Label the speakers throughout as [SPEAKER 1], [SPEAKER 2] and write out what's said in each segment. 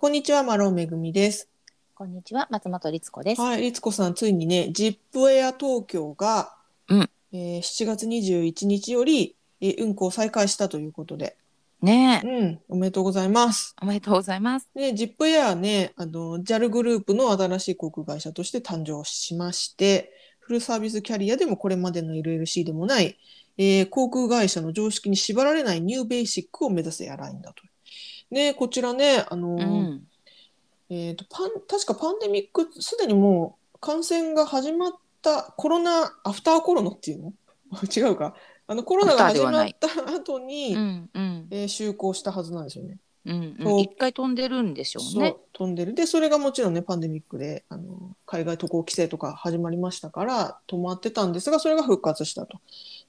[SPEAKER 1] こんにちは、マロンめぐみです。
[SPEAKER 2] こんにちは、松本律子です。
[SPEAKER 1] はい、律子さん、ついにね、ジップエア東京が、
[SPEAKER 2] うん
[SPEAKER 1] えー7月21日より、えー運行を再開したということで、
[SPEAKER 2] ね
[SPEAKER 1] う
[SPEAKER 2] え、
[SPEAKER 1] ん、おめでとうございます。
[SPEAKER 2] おめでとうございます。
[SPEAKER 1] ね、ジップエアね、あの、JAL グループの新しい航空会社として誕生しまして、フルサービスキャリアでもこれまでの LLC でもない、えー航空会社の常識に縛られないニューベーシックを目指すエアラインだと。ね、こちらね、あの
[SPEAKER 2] う
[SPEAKER 1] ー、
[SPEAKER 2] ん、
[SPEAKER 1] えー、とパン確かパンデミックすでにもう感染が始まったコロナアフターコロナっていうの 違うかあのコロナが
[SPEAKER 2] ア
[SPEAKER 1] 始
[SPEAKER 2] フターでは
[SPEAKER 1] ま
[SPEAKER 2] な
[SPEAKER 1] っ
[SPEAKER 2] い
[SPEAKER 1] た後に、
[SPEAKER 2] うん、うん、
[SPEAKER 1] えー就航したはずなんですよね。
[SPEAKER 2] うん、う、
[SPEAKER 1] そうん
[SPEAKER 2] 一回飛んでるんでしょう
[SPEAKER 1] そ
[SPEAKER 2] ね
[SPEAKER 1] う。飛んでるでそれがもちろんねパンデミックであの海外渡航規制とか始まりましたから止まってたんですがそれが復活したと。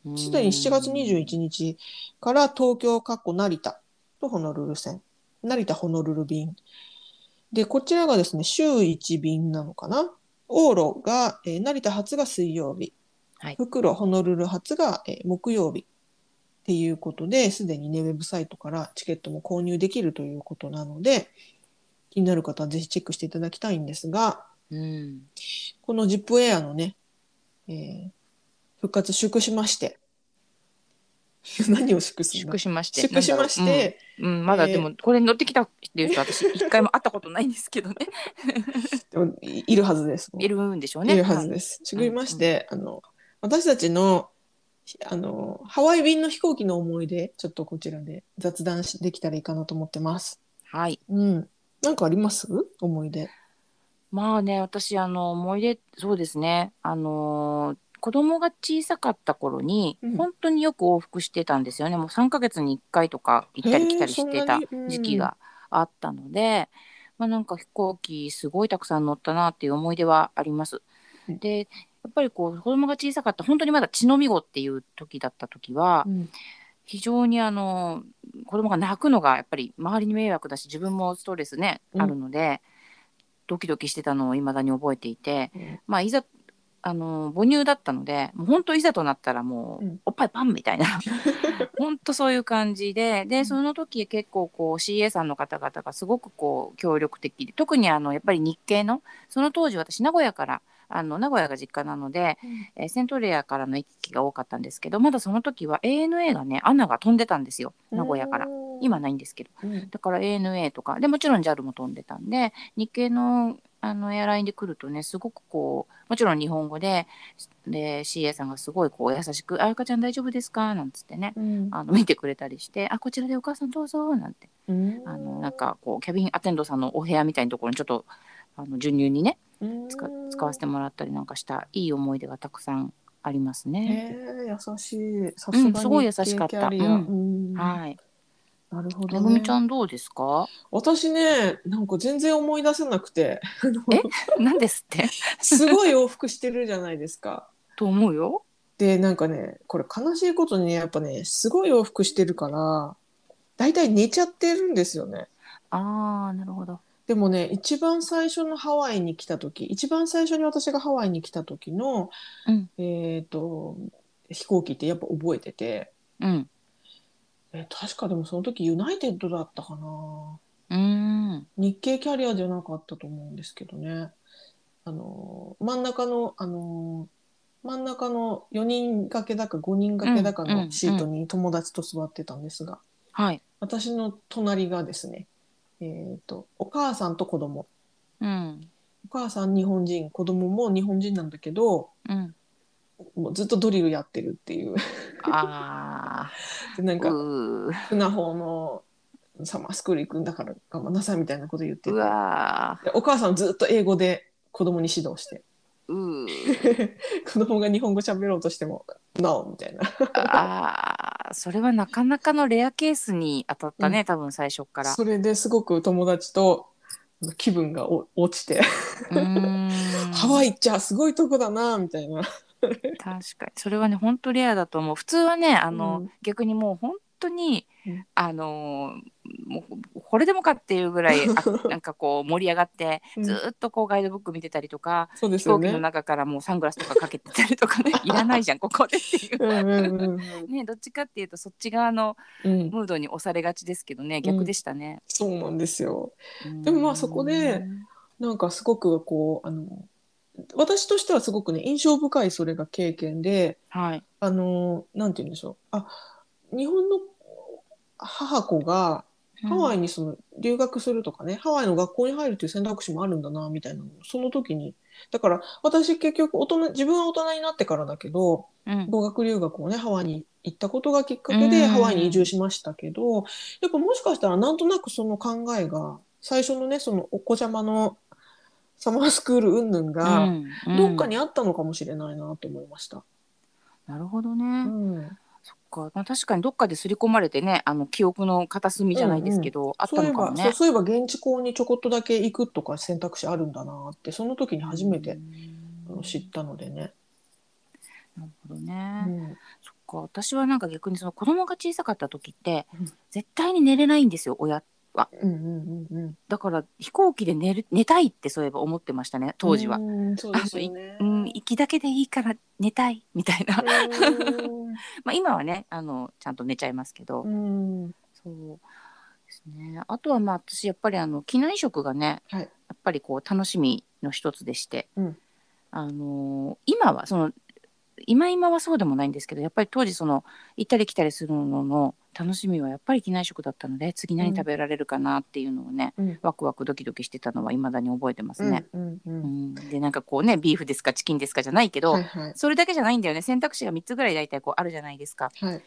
[SPEAKER 2] うん
[SPEAKER 1] すでに7月21日から東京かっこ成田とホノルル線、成田ホノルル便。で、こちらがですね、週1便なのかな。往路が、えー成田発が水曜日、
[SPEAKER 2] はい
[SPEAKER 1] 袋ホノルル発が、えー木曜日っていうことで、すでにね、ウェブサイトからチケットも購入できるということなので、気になる方はぜひチェックしていただきたいんですが、
[SPEAKER 2] うん、
[SPEAKER 1] このジップエアのね、えー復活祝しまして、 何を祝すんだ
[SPEAKER 2] 祝しまして。
[SPEAKER 1] 祝しまし
[SPEAKER 2] なんだろ
[SPEAKER 1] て、
[SPEAKER 2] う。うん、うんまだ
[SPEAKER 1] えー
[SPEAKER 2] でも、これに乗ってきたっていう人、私、一回も会ったことないんです けどね。
[SPEAKER 1] でもいいるはずです。
[SPEAKER 2] いるんでしょうね。
[SPEAKER 1] いるはずです。祝いまして、あの、私たちの、あの、ハワイ便の飛行機の思い出、ちょっとこちらで雑談しできたらいいかなと思ってます。
[SPEAKER 2] はい。はい。
[SPEAKER 1] うん。なんかあります思い出。
[SPEAKER 2] まあね、私、あの、思い出、そうですね。あのー子供が小さかった頃に、
[SPEAKER 1] うん
[SPEAKER 2] 本当によく往復してたんですよね。もう3ヶ月に1回とか行ったり来たりしてた
[SPEAKER 1] へーそんなにうん
[SPEAKER 2] 時期があったので、まあ、なんか飛行機すごいたくさん乗ったなっていう思い出はあります。
[SPEAKER 1] うん
[SPEAKER 2] で、やっぱりこう子供が小さかった本当にまだ血のみ子っていう時だった時は
[SPEAKER 1] うん。
[SPEAKER 2] 非常にあの子供が泣くのがやっぱり周りに迷惑だし自分もストレスね、
[SPEAKER 1] うん
[SPEAKER 2] あるのでドキドキしてたのを未だに覚えていて、
[SPEAKER 1] うん
[SPEAKER 2] まあいざあの母乳だったのでもう本当いざとなったらもう、
[SPEAKER 1] うん
[SPEAKER 2] おっぱいパン みたいな本当そういう感じで
[SPEAKER 1] う
[SPEAKER 2] で
[SPEAKER 1] ん
[SPEAKER 2] その時結構こう CA さんの方々がすごくこう協力的で特にあのやっぱり日系のその当時私名古屋からあの名古屋が実家なので、えーセントレアからの行き来が多かったんですけどまだその時は ANA がねアナが飛んでたんですよ名古屋から。
[SPEAKER 1] うん、
[SPEAKER 2] 今ないんですけど
[SPEAKER 1] うん、
[SPEAKER 2] だから ANA とかでもちろん JAL も飛んでたんで日系のあのエアラインで来るとねすごくこうもちろん日本語でで CA さんがすごいこう優しく「あゆかちゃん大丈夫ですか?」なんつってね
[SPEAKER 1] うん。
[SPEAKER 2] あの 見てくれたりして「あこちらでお母さんどうぞ」なんてあのなんかこうキャビンアテンドさんのお部屋みたいなところにちょっとあの授乳にね
[SPEAKER 1] うん、
[SPEAKER 2] 使使わせてもらったりなんかしたいい思い出がたくさんありますね。
[SPEAKER 1] へえ優しい。さすがに
[SPEAKER 2] すごい優しか
[SPEAKER 1] 経
[SPEAKER 2] った
[SPEAKER 1] 験ありや
[SPEAKER 2] うん
[SPEAKER 1] うん
[SPEAKER 2] はい、
[SPEAKER 1] なるほ
[SPEAKER 2] め
[SPEAKER 1] ど、
[SPEAKER 2] ぐ
[SPEAKER 1] ね。
[SPEAKER 2] みちゃんどうです か？
[SPEAKER 1] 私ね、なんか全然思い出せなく て、
[SPEAKER 2] え、なんですって？
[SPEAKER 1] すごい往復してるじゃないですか。
[SPEAKER 2] と思うよ。
[SPEAKER 1] で、なんかね、これ悲しいことにね、やっぱね、すごい往復してるから、だいたい寝ちゃってるんですよね。
[SPEAKER 2] ああ、なるほど。
[SPEAKER 1] でもね、一番最初のハワイに来た時、一番最初に私がハワイに来た時の、
[SPEAKER 2] うん
[SPEAKER 1] えっ、と、飛行機ってやっぱ覚えてて、
[SPEAKER 2] うん。
[SPEAKER 1] え確かでもその時ユナイテッドだったかな。
[SPEAKER 2] うーん。
[SPEAKER 1] 日系キャリアじゃなかったと思うんですけどね。あの真ん中のあの真ん中の4人掛けだか5人掛けだか
[SPEAKER 2] うんうんう
[SPEAKER 1] の
[SPEAKER 2] ん
[SPEAKER 1] シートに友達と座ってたんですが、
[SPEAKER 2] はい。
[SPEAKER 1] 私の隣がですね、えー、とお母さんと子供
[SPEAKER 2] うん。
[SPEAKER 1] お母さん日本人子供も日本人なんだけど
[SPEAKER 2] うん。
[SPEAKER 1] もうずっとドリルやってるっていう
[SPEAKER 2] ああ。
[SPEAKER 1] でなんか
[SPEAKER 2] うー
[SPEAKER 1] 船方のサマースクール行くんだから我慢なさいみたいなこと言って
[SPEAKER 2] う
[SPEAKER 1] て
[SPEAKER 2] わ
[SPEAKER 1] でお母さんずっと英語で子供に指導して。
[SPEAKER 2] ー。うー。
[SPEAKER 1] 子供が日本語喋ろうとしても「No」みたいな。
[SPEAKER 2] ああ。それはなかなかのレアケースに当たったね。多分最初から。
[SPEAKER 1] それですごく友達と気分がお落ちて、
[SPEAKER 2] うーん。
[SPEAKER 1] ハワイっちゃすごいとこだなみたいな。
[SPEAKER 2] 確かに。それはね、本当レアだと思う。普通はね、あの、
[SPEAKER 1] うん
[SPEAKER 2] 逆にもう本当に、
[SPEAKER 1] うん
[SPEAKER 2] あのーもうこれでもかっていうぐらいあ なんかこう盛り上がって、
[SPEAKER 1] うん
[SPEAKER 2] ずーっとこうガイドブック見てたりとか、
[SPEAKER 1] そうです
[SPEAKER 2] 飛
[SPEAKER 1] よ
[SPEAKER 2] 行機の
[SPEAKER 1] ね。
[SPEAKER 2] 中からもうサングラスとかかけてたり とかねいらないじゃんここでっていう。
[SPEAKER 1] うんうんうん
[SPEAKER 2] ね、どっちかっていうとそっち側の
[SPEAKER 1] うんうん、
[SPEAKER 2] ムードに押されがちですけどね逆でしたね。
[SPEAKER 1] そうなんですよ。でもまあそこでなんかすごくこうあの私としてはすごくね印象深いそれが経験で
[SPEAKER 2] はい
[SPEAKER 1] あのなんて言うんでしょうあ日本の母子がハワイにその留学するとかね、ハワイの学校に入るという選択肢もあるんだなみたいなのをその時にだから私結局大人自分は大人になってからだけど
[SPEAKER 2] うん
[SPEAKER 1] 語学留学をねハワイに行ったことがきっかけで
[SPEAKER 2] うん
[SPEAKER 1] ハワイに移住しましたけどやっぱもしかしたらなんとなくその考えが最初のねそのお子ちゃまのサマースクール云々が
[SPEAKER 2] うん
[SPEAKER 1] どっかにあったのかもしれないなと思いました。
[SPEAKER 2] なるほどね、
[SPEAKER 1] うん
[SPEAKER 2] そっか、まあ、確かにどっかで刷り込まれてねあの記憶の片隅じゃないですけど、あっ
[SPEAKER 1] そ
[SPEAKER 2] た
[SPEAKER 1] ういえ
[SPEAKER 2] のか
[SPEAKER 1] ば
[SPEAKER 2] も
[SPEAKER 1] そ
[SPEAKER 2] ね
[SPEAKER 1] う。そういえば現地校にちょこっとだけ行くとか選択肢あるんだなってその時に初めてあ
[SPEAKER 2] うん
[SPEAKER 1] の知ったのでね。
[SPEAKER 2] なるほど
[SPEAKER 1] う
[SPEAKER 2] ね、
[SPEAKER 1] ん
[SPEAKER 2] そっか私はなんか逆にその子供が小さかった時って、
[SPEAKER 1] うん
[SPEAKER 2] 絶対に寝れないんですよ親
[SPEAKER 1] うんうんうんうん
[SPEAKER 2] だから飛行機で寝る寝たいってそういえば思ってましたね当時は
[SPEAKER 1] う。んそうですよね。
[SPEAKER 2] うん、行きだけでいいから寝たいみたいな まあ今はねあのちゃんと寝ちゃいますけど、
[SPEAKER 1] うんうん
[SPEAKER 2] そうですね。あとはまあ私やっぱりあの機内食がね、
[SPEAKER 1] はい
[SPEAKER 2] やっぱりこう楽しみの一つでして、
[SPEAKER 1] うん
[SPEAKER 2] あのー今はその今今はそうでもないんですけど、やっぱり当時その行ったり来たりするのの楽しみはやっぱり機内食だったので、次何食べられるかなっていうのをね、
[SPEAKER 1] うん
[SPEAKER 2] ワクワクドキドキしてたのは未だに覚えてますね。
[SPEAKER 1] うんうんう
[SPEAKER 2] うんんでなんかこうねビーフですかチキンですかじゃないけど、
[SPEAKER 1] はいはい
[SPEAKER 2] それだけじゃないんだよね選択肢が3つぐらい大体こうあるじゃないですか
[SPEAKER 1] はい。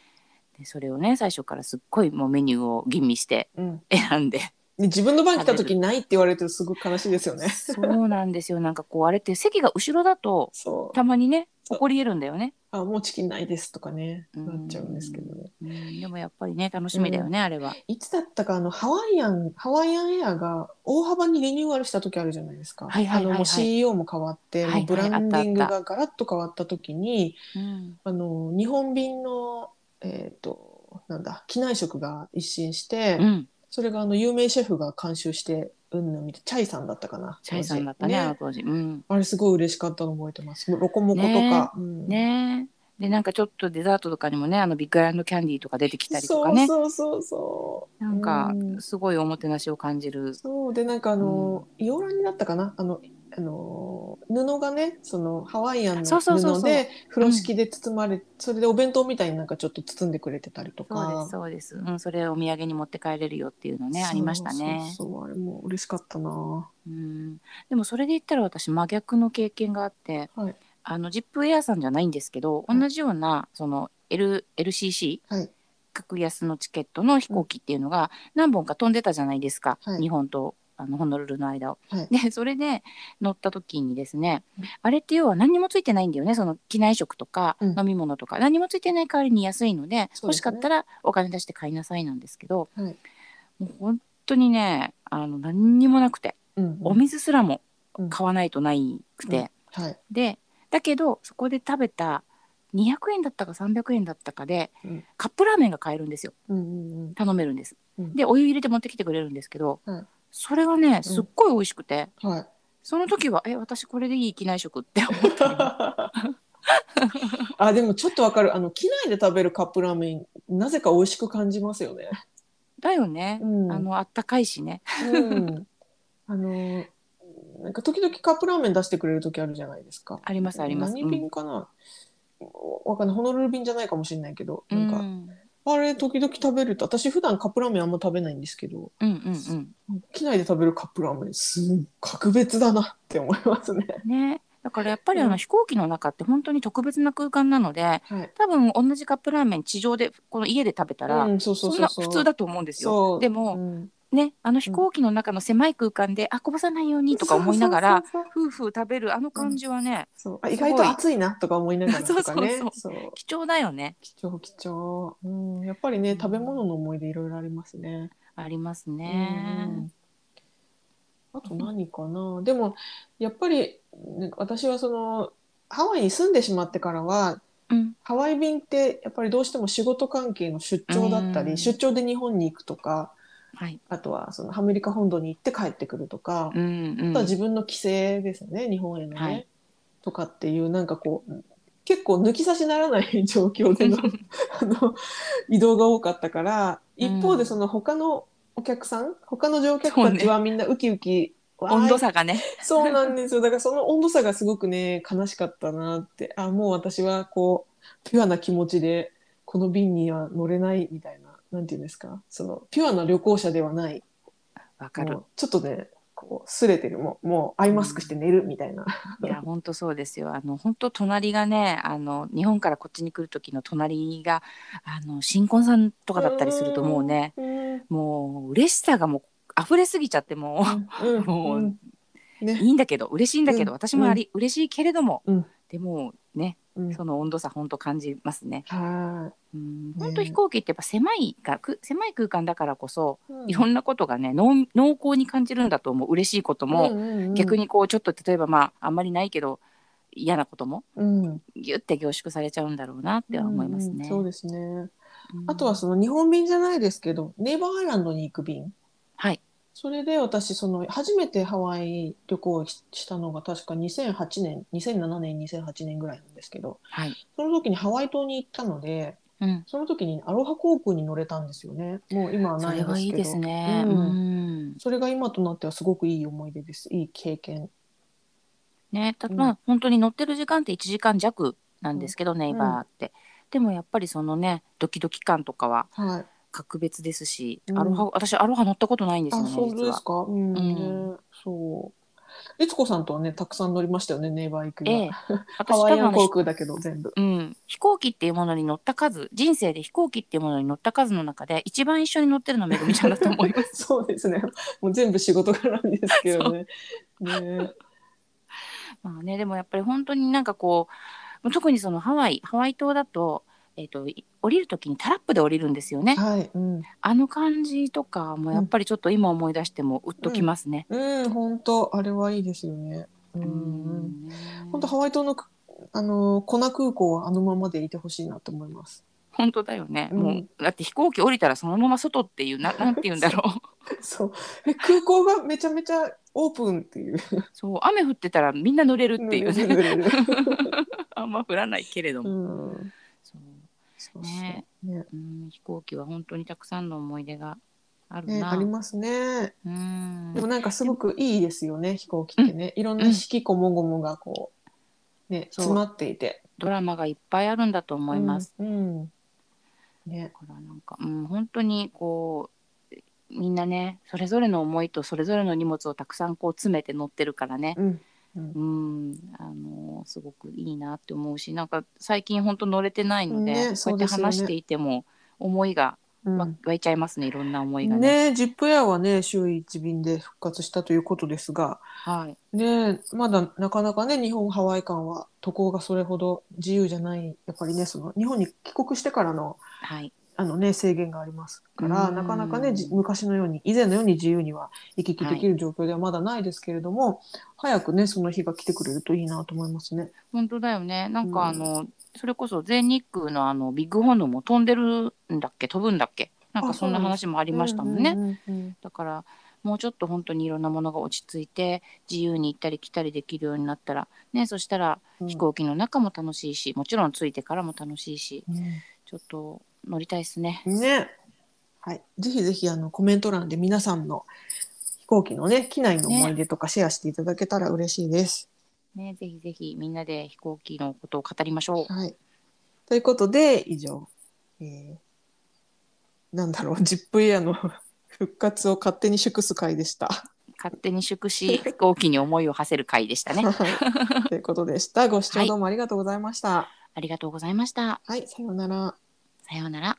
[SPEAKER 2] でそれをね最初からすっごいもうメニューを吟味して
[SPEAKER 1] うん。で
[SPEAKER 2] 選んで
[SPEAKER 1] 自分の番来た時にないって言われてるとすごく悲しいですよね。
[SPEAKER 2] そうなんですよなんかこうあれって席が後ろだと
[SPEAKER 1] そう。
[SPEAKER 2] たまにね
[SPEAKER 1] そう
[SPEAKER 2] 起こり得るんだよね、
[SPEAKER 1] あもうチキンないですとかね
[SPEAKER 2] うん
[SPEAKER 1] なっちゃうんですけどね。
[SPEAKER 2] うん、でもやっぱりね楽しみだよね、あれはい
[SPEAKER 1] つだったかあのハワイアンハワイアンエアが大幅にリニューアルした時あるじゃないですか。
[SPEAKER 2] はいはいはいはい
[SPEAKER 1] あのもう CEO も変わって、
[SPEAKER 2] はいはい
[SPEAKER 1] もうブランディング
[SPEAKER 2] あった
[SPEAKER 1] がガラッと変わった時に、
[SPEAKER 2] うん
[SPEAKER 1] あの日本便のえっ、となんだ機内食が一新して、
[SPEAKER 2] うん
[SPEAKER 1] それがあの有名シェフが監修してうんぬんみたいチャイさんだったかな。
[SPEAKER 2] チャイさんだったねあの当時うん
[SPEAKER 1] あれすごい嬉しかったの覚えてます。ロコモコとか。うん
[SPEAKER 2] ねでなんかちょっとデザートとかにもねあのビッグアイランドキャンディーとか出てきたりとかね
[SPEAKER 1] そうそうそうそう。
[SPEAKER 2] なんか
[SPEAKER 1] うん
[SPEAKER 2] すごいおもてなしを感じる
[SPEAKER 1] そうでなんかあの、イオラになったかなあのあの布がねそのハワイアン
[SPEAKER 2] そ
[SPEAKER 1] の
[SPEAKER 2] うそうそうそう
[SPEAKER 1] 布で風呂敷で包まれ、それでお弁当みたいになんかちょっと包んでくれてたりと
[SPEAKER 2] そうで
[SPEAKER 1] か
[SPEAKER 2] すそうです、うん、それをお土産に持って帰れるよっていうのね
[SPEAKER 1] そう
[SPEAKER 2] ありましたね
[SPEAKER 1] そうそうあれも嬉しかったな。
[SPEAKER 2] うんでもそれで言ったら私真逆の経験があって、
[SPEAKER 1] はい
[SPEAKER 2] あのジップエアさんじゃないんですけど、
[SPEAKER 1] うん
[SPEAKER 2] 同じようなその、L、LCC
[SPEAKER 1] はい
[SPEAKER 2] 格安のチケットの飛行機っていうのが何本か飛んでたじゃないですか、
[SPEAKER 1] はい
[SPEAKER 2] 日本とあのホノルルの間を。
[SPEAKER 1] はい
[SPEAKER 2] でそれで乗った時にですね、
[SPEAKER 1] うん
[SPEAKER 2] あれって要は何にもついてないんだよねその機内食とか
[SPEAKER 1] うん
[SPEAKER 2] 飲み物とか、何にもついてない代わりに安いので
[SPEAKER 1] そう
[SPEAKER 2] 欲
[SPEAKER 1] ですね
[SPEAKER 2] しかったらお金出して買いなさいなんですけど、
[SPEAKER 1] はい
[SPEAKER 2] もう本当にねあの何にもなくて。
[SPEAKER 1] うん
[SPEAKER 2] お水すらも買わないとないくて、
[SPEAKER 1] うんはい
[SPEAKER 2] でだけどそこで食べた200円だったか300円だったかで、
[SPEAKER 1] うん
[SPEAKER 2] カップラーメンが買えるんですよ
[SPEAKER 1] うんうんうん
[SPEAKER 2] 頼めるんです、
[SPEAKER 1] うん
[SPEAKER 2] でお湯入れて持ってきてくれるんですけど、
[SPEAKER 1] うん
[SPEAKER 2] それがねすっごい美味しくて、
[SPEAKER 1] はい。
[SPEAKER 2] その時はえ私これでいい機内食って思った の
[SPEAKER 1] あでもちょっとわかるあの機内で食べるカップラーメンなぜか美味しく感じますよね。
[SPEAKER 2] だよね、
[SPEAKER 1] うん
[SPEAKER 2] あのあったかいしね
[SPEAKER 1] うんあのなんか時々カップラーメン出してくれる時あるじゃないですか。
[SPEAKER 2] ありますあります
[SPEAKER 1] 何便かな、わかんないホノルル便じゃないかもしれないけど、
[SPEAKER 2] うん、う
[SPEAKER 1] なんか
[SPEAKER 2] ん
[SPEAKER 1] あれ時々食べると私普段カップラーメンあんま食べないんですけど
[SPEAKER 2] うんうん
[SPEAKER 1] 機内で食べるカップラーメンすん格別だなって思いますね。
[SPEAKER 2] ねだからやっぱりあ
[SPEAKER 1] うん
[SPEAKER 2] の飛行機の中って本当に特別な空間なので
[SPEAKER 1] はい。
[SPEAKER 2] 多分同じカップラーメン地上でこの家で食べたら、
[SPEAKER 1] うんそうそう
[SPEAKER 2] そん
[SPEAKER 1] そう
[SPEAKER 2] な
[SPEAKER 1] そう。
[SPEAKER 2] 普通だと思うんですよ。
[SPEAKER 1] そう
[SPEAKER 2] でも
[SPEAKER 1] うん
[SPEAKER 2] ねあの飛行機の中の狭い空間で、あこぼさないようにとか思いなが
[SPEAKER 1] そう
[SPEAKER 2] ら
[SPEAKER 1] そうそうそう
[SPEAKER 2] 夫婦食べるあの感じはね、
[SPEAKER 1] そうあ意外と暑いなとか思いながらとかね。
[SPEAKER 2] そう
[SPEAKER 1] そう
[SPEAKER 2] 貴重だよね
[SPEAKER 1] 貴重貴重。うんやっぱりね食べ物の思い出いろいろありますね。
[SPEAKER 2] あります
[SPEAKER 1] うんう
[SPEAKER 2] ね
[SPEAKER 1] ん。あと何かなでもやっぱりね私はそのハワイに住んでしまってからは
[SPEAKER 2] うん
[SPEAKER 1] ハワイ便ってやっぱりどうしても仕事関係の出張だった
[SPEAKER 2] うん
[SPEAKER 1] り、出張で日本に行くとか、
[SPEAKER 2] はい
[SPEAKER 1] あとはそのアメリカ本土に行って帰ってくるとか
[SPEAKER 2] う、んう
[SPEAKER 1] あ
[SPEAKER 2] ん
[SPEAKER 1] とは自分の帰省ですよね、日本へのね、
[SPEAKER 2] はい
[SPEAKER 1] とかっていう、なんかこう、結構抜き差しならない状況 でのあの移動が多かったから、一方でその他のお客さん、他の乗客たちはみんなウキウキ、わーい
[SPEAKER 2] 温度差がね
[SPEAKER 1] そうなんですよ。だからその温度差がすごくね、悲しかったなって。あ、もう私はこう、ピュアな気持ちで、この便には乗れないみたいな、なんていうんですか、その、ピュアな旅行者ではない。
[SPEAKER 2] わかる
[SPEAKER 1] もうちょっとね、こう、すれてる。もう、もうアイマスクして寝るみたいな。
[SPEAKER 2] いや本当そうですよあの本当隣がねあの日本からこっちに来る時の隣があの新婚さんとかだったりするともうね
[SPEAKER 1] うん。
[SPEAKER 2] もう嬉しさがもう溢れすぎちゃっても
[SPEAKER 1] うん。うん
[SPEAKER 2] もう
[SPEAKER 1] うん
[SPEAKER 2] う
[SPEAKER 1] ね。
[SPEAKER 2] いいんだけど嬉しいんだけど、
[SPEAKER 1] うん
[SPEAKER 2] 私もあり、嬉しいけれども、
[SPEAKER 1] うん
[SPEAKER 2] でもね
[SPEAKER 1] うん
[SPEAKER 2] その温度差本当感じますね。
[SPEAKER 1] は
[SPEAKER 2] うん
[SPEAKER 1] ね
[SPEAKER 2] 本当飛行機ってやっぱ狭いがく狭い空間だからこそ
[SPEAKER 1] い。
[SPEAKER 2] いろ
[SPEAKER 1] ん
[SPEAKER 2] んなことがね濃濃厚に感じるんだと思う嬉しいことも、
[SPEAKER 1] も
[SPEAKER 2] 逆、にこうちょっと例えばまああんまりないけど嫌なことも
[SPEAKER 1] うんうん
[SPEAKER 2] ギュッて凝縮されちゃうんだろうなっては思います
[SPEAKER 1] うんう
[SPEAKER 2] ね
[SPEAKER 1] ん。そうですね。
[SPEAKER 2] うん
[SPEAKER 1] あとはその日本便じゃないですけど、ネイバーアイランドに行く便。
[SPEAKER 2] はい
[SPEAKER 1] それで私その初めてハワイ旅行をししたのが確か2008年2007年2008年ぐらいなんですけど
[SPEAKER 2] はい、
[SPEAKER 1] その時にハワイ島に行ったので
[SPEAKER 2] うん、
[SPEAKER 1] その時にアロハ航空に乗れたんですよねもう今は
[SPEAKER 2] そ
[SPEAKER 1] ない
[SPEAKER 2] れ
[SPEAKER 1] んで
[SPEAKER 2] はい
[SPEAKER 1] す
[SPEAKER 2] い
[SPEAKER 1] けど
[SPEAKER 2] ですね。
[SPEAKER 1] う
[SPEAKER 2] うんん
[SPEAKER 1] それが今となってはすごくいい思い出ですいい経験
[SPEAKER 2] ねた
[SPEAKER 1] うん
[SPEAKER 2] まあ本当に乗ってる時間って1時間弱なんですけど、ネイバーって。でもやっぱりそのねドキドキ感とかは
[SPEAKER 1] はい
[SPEAKER 2] 格別ですし、
[SPEAKER 1] うん
[SPEAKER 2] アロハ私アロハ乗ったことないんです
[SPEAKER 1] あ
[SPEAKER 2] よね
[SPEAKER 1] そうで
[SPEAKER 2] 実
[SPEAKER 1] す
[SPEAKER 2] は。
[SPEAKER 1] かうん、
[SPEAKER 2] うん
[SPEAKER 1] ねそう悦子さんとはねたくさん乗りましたよねネイバー行く
[SPEAKER 2] え
[SPEAKER 1] に
[SPEAKER 2] え
[SPEAKER 1] は、
[SPEAKER 2] 私
[SPEAKER 1] ハワ
[SPEAKER 2] 多
[SPEAKER 1] イ
[SPEAKER 2] 分
[SPEAKER 1] ア
[SPEAKER 2] あ
[SPEAKER 1] ン
[SPEAKER 2] の
[SPEAKER 1] 航空だけど全部。
[SPEAKER 2] うん、飛行機っていうものに乗った数人生で飛行機っていうものに乗った数の中で一番一緒に乗ってるのはめぐみちゃんだと思います
[SPEAKER 1] そうですねもう全部仕事からですけどねね
[SPEAKER 2] まあねでもやっぱり本当になんかこう特にそのハワイハワイ島だと,、えっとい降りる時にタラップで降りるんですよね。
[SPEAKER 1] はい、うん、
[SPEAKER 2] あの感じとかもやっぱりちょっと今思い出してもうっときますね。
[SPEAKER 1] うん、本当あれはいいですよね。う、
[SPEAKER 2] うんん
[SPEAKER 1] 本当ハワイ島のくあのコナ空港はあのままでいてほしいなと思います。
[SPEAKER 2] 本当だよね、
[SPEAKER 1] うん
[SPEAKER 2] もうだって飛行機降りたらそのまま外っていう ななんて言うんだろう
[SPEAKER 1] そう、え空港がめちゃめちゃオープンっていう。
[SPEAKER 2] そう雨降ってたらみんな乗れるっていうね あんま降らないけれど
[SPEAKER 1] う
[SPEAKER 2] も、
[SPEAKER 1] ん、
[SPEAKER 2] そう
[SPEAKER 1] そうそう
[SPEAKER 2] ね
[SPEAKER 1] ね、
[SPEAKER 2] うん飛行機は本当にたくさんの思い出がある
[SPEAKER 1] ね、
[SPEAKER 2] な、
[SPEAKER 1] ありますね。
[SPEAKER 2] うん
[SPEAKER 1] でもなんかすごくいいですよね、飛行機ってね、いろんな四季こもごもがこう。ね、
[SPEAKER 2] そう
[SPEAKER 1] 詰まっていて。
[SPEAKER 2] ドラマがいっぱいあるんだと思います、
[SPEAKER 1] うん。うん。ね、
[SPEAKER 2] だからなんか、うん、本当にこうみんなねそれぞれの思いとそれぞれの荷物をたくさんこう詰めて乗ってるからね
[SPEAKER 1] うん、うん
[SPEAKER 2] う、んあのすごくいいなって思うしなんか最近本当乗れてないので,、
[SPEAKER 1] ねそ
[SPEAKER 2] そ
[SPEAKER 1] ううで
[SPEAKER 2] やっ
[SPEAKER 1] す
[SPEAKER 2] て
[SPEAKER 1] よね
[SPEAKER 2] 話していても思いが
[SPEAKER 1] う
[SPEAKER 2] 湧
[SPEAKER 1] ん。
[SPEAKER 2] 湧いちゃいますねいろんな思いがね。
[SPEAKER 1] ね、ジップエアはね、週1便で復活したということですが、
[SPEAKER 2] はい、
[SPEAKER 1] ね、まだなかなかね、日本、ハワイ間は渡航がそれほど自由じゃない、やっぱりね、その日本に帰国してからの
[SPEAKER 2] はい
[SPEAKER 1] あの、ね、制限がありますから、
[SPEAKER 2] うん
[SPEAKER 1] なかなかね、じ昔のように、以前のように自由には行き来できる状況ではまだないですけれども、早くね、その日が来てくれるといいなと思いますね。
[SPEAKER 2] 本当だよねなん
[SPEAKER 1] うん
[SPEAKER 2] かあの、それこそ全日空のあのビッグホンドも飛んでるんだっけ飛ぶんだっけなん
[SPEAKER 1] あ
[SPEAKER 2] か
[SPEAKER 1] そ
[SPEAKER 2] そ
[SPEAKER 1] うんな
[SPEAKER 2] な
[SPEAKER 1] で
[SPEAKER 2] ん話もあ
[SPEAKER 1] あ
[SPEAKER 2] りましたもんね。
[SPEAKER 1] うんうん
[SPEAKER 2] だからもうちょっと本当にいろんなものが落ち着いて自由に行ったり来たりできるようになったらねそしたら
[SPEAKER 1] うん
[SPEAKER 2] 飛行機の中も楽しいし、もちろん着いてからも楽しいしちょっと乗りたいですね。
[SPEAKER 1] うんね。はい。ぜひぜひ、あの、コメント欄で皆さんの飛行機のね、機内の思い出とかシェアしていただけたら嬉しいです。
[SPEAKER 2] ねぜひぜひみんなで飛行機のことを語りましょう。
[SPEAKER 1] はい。ということで、以上、えーなんだろう、ジップエアの 復活を勝手に祝す会でした。
[SPEAKER 2] 勝手に祝し飛行機に思いを馳せる回でした ね。
[SPEAKER 1] はいということでした。ご視聴どうもありがとうございました。
[SPEAKER 2] ありがとうございました。
[SPEAKER 1] はい、さようなら。
[SPEAKER 2] さようなら。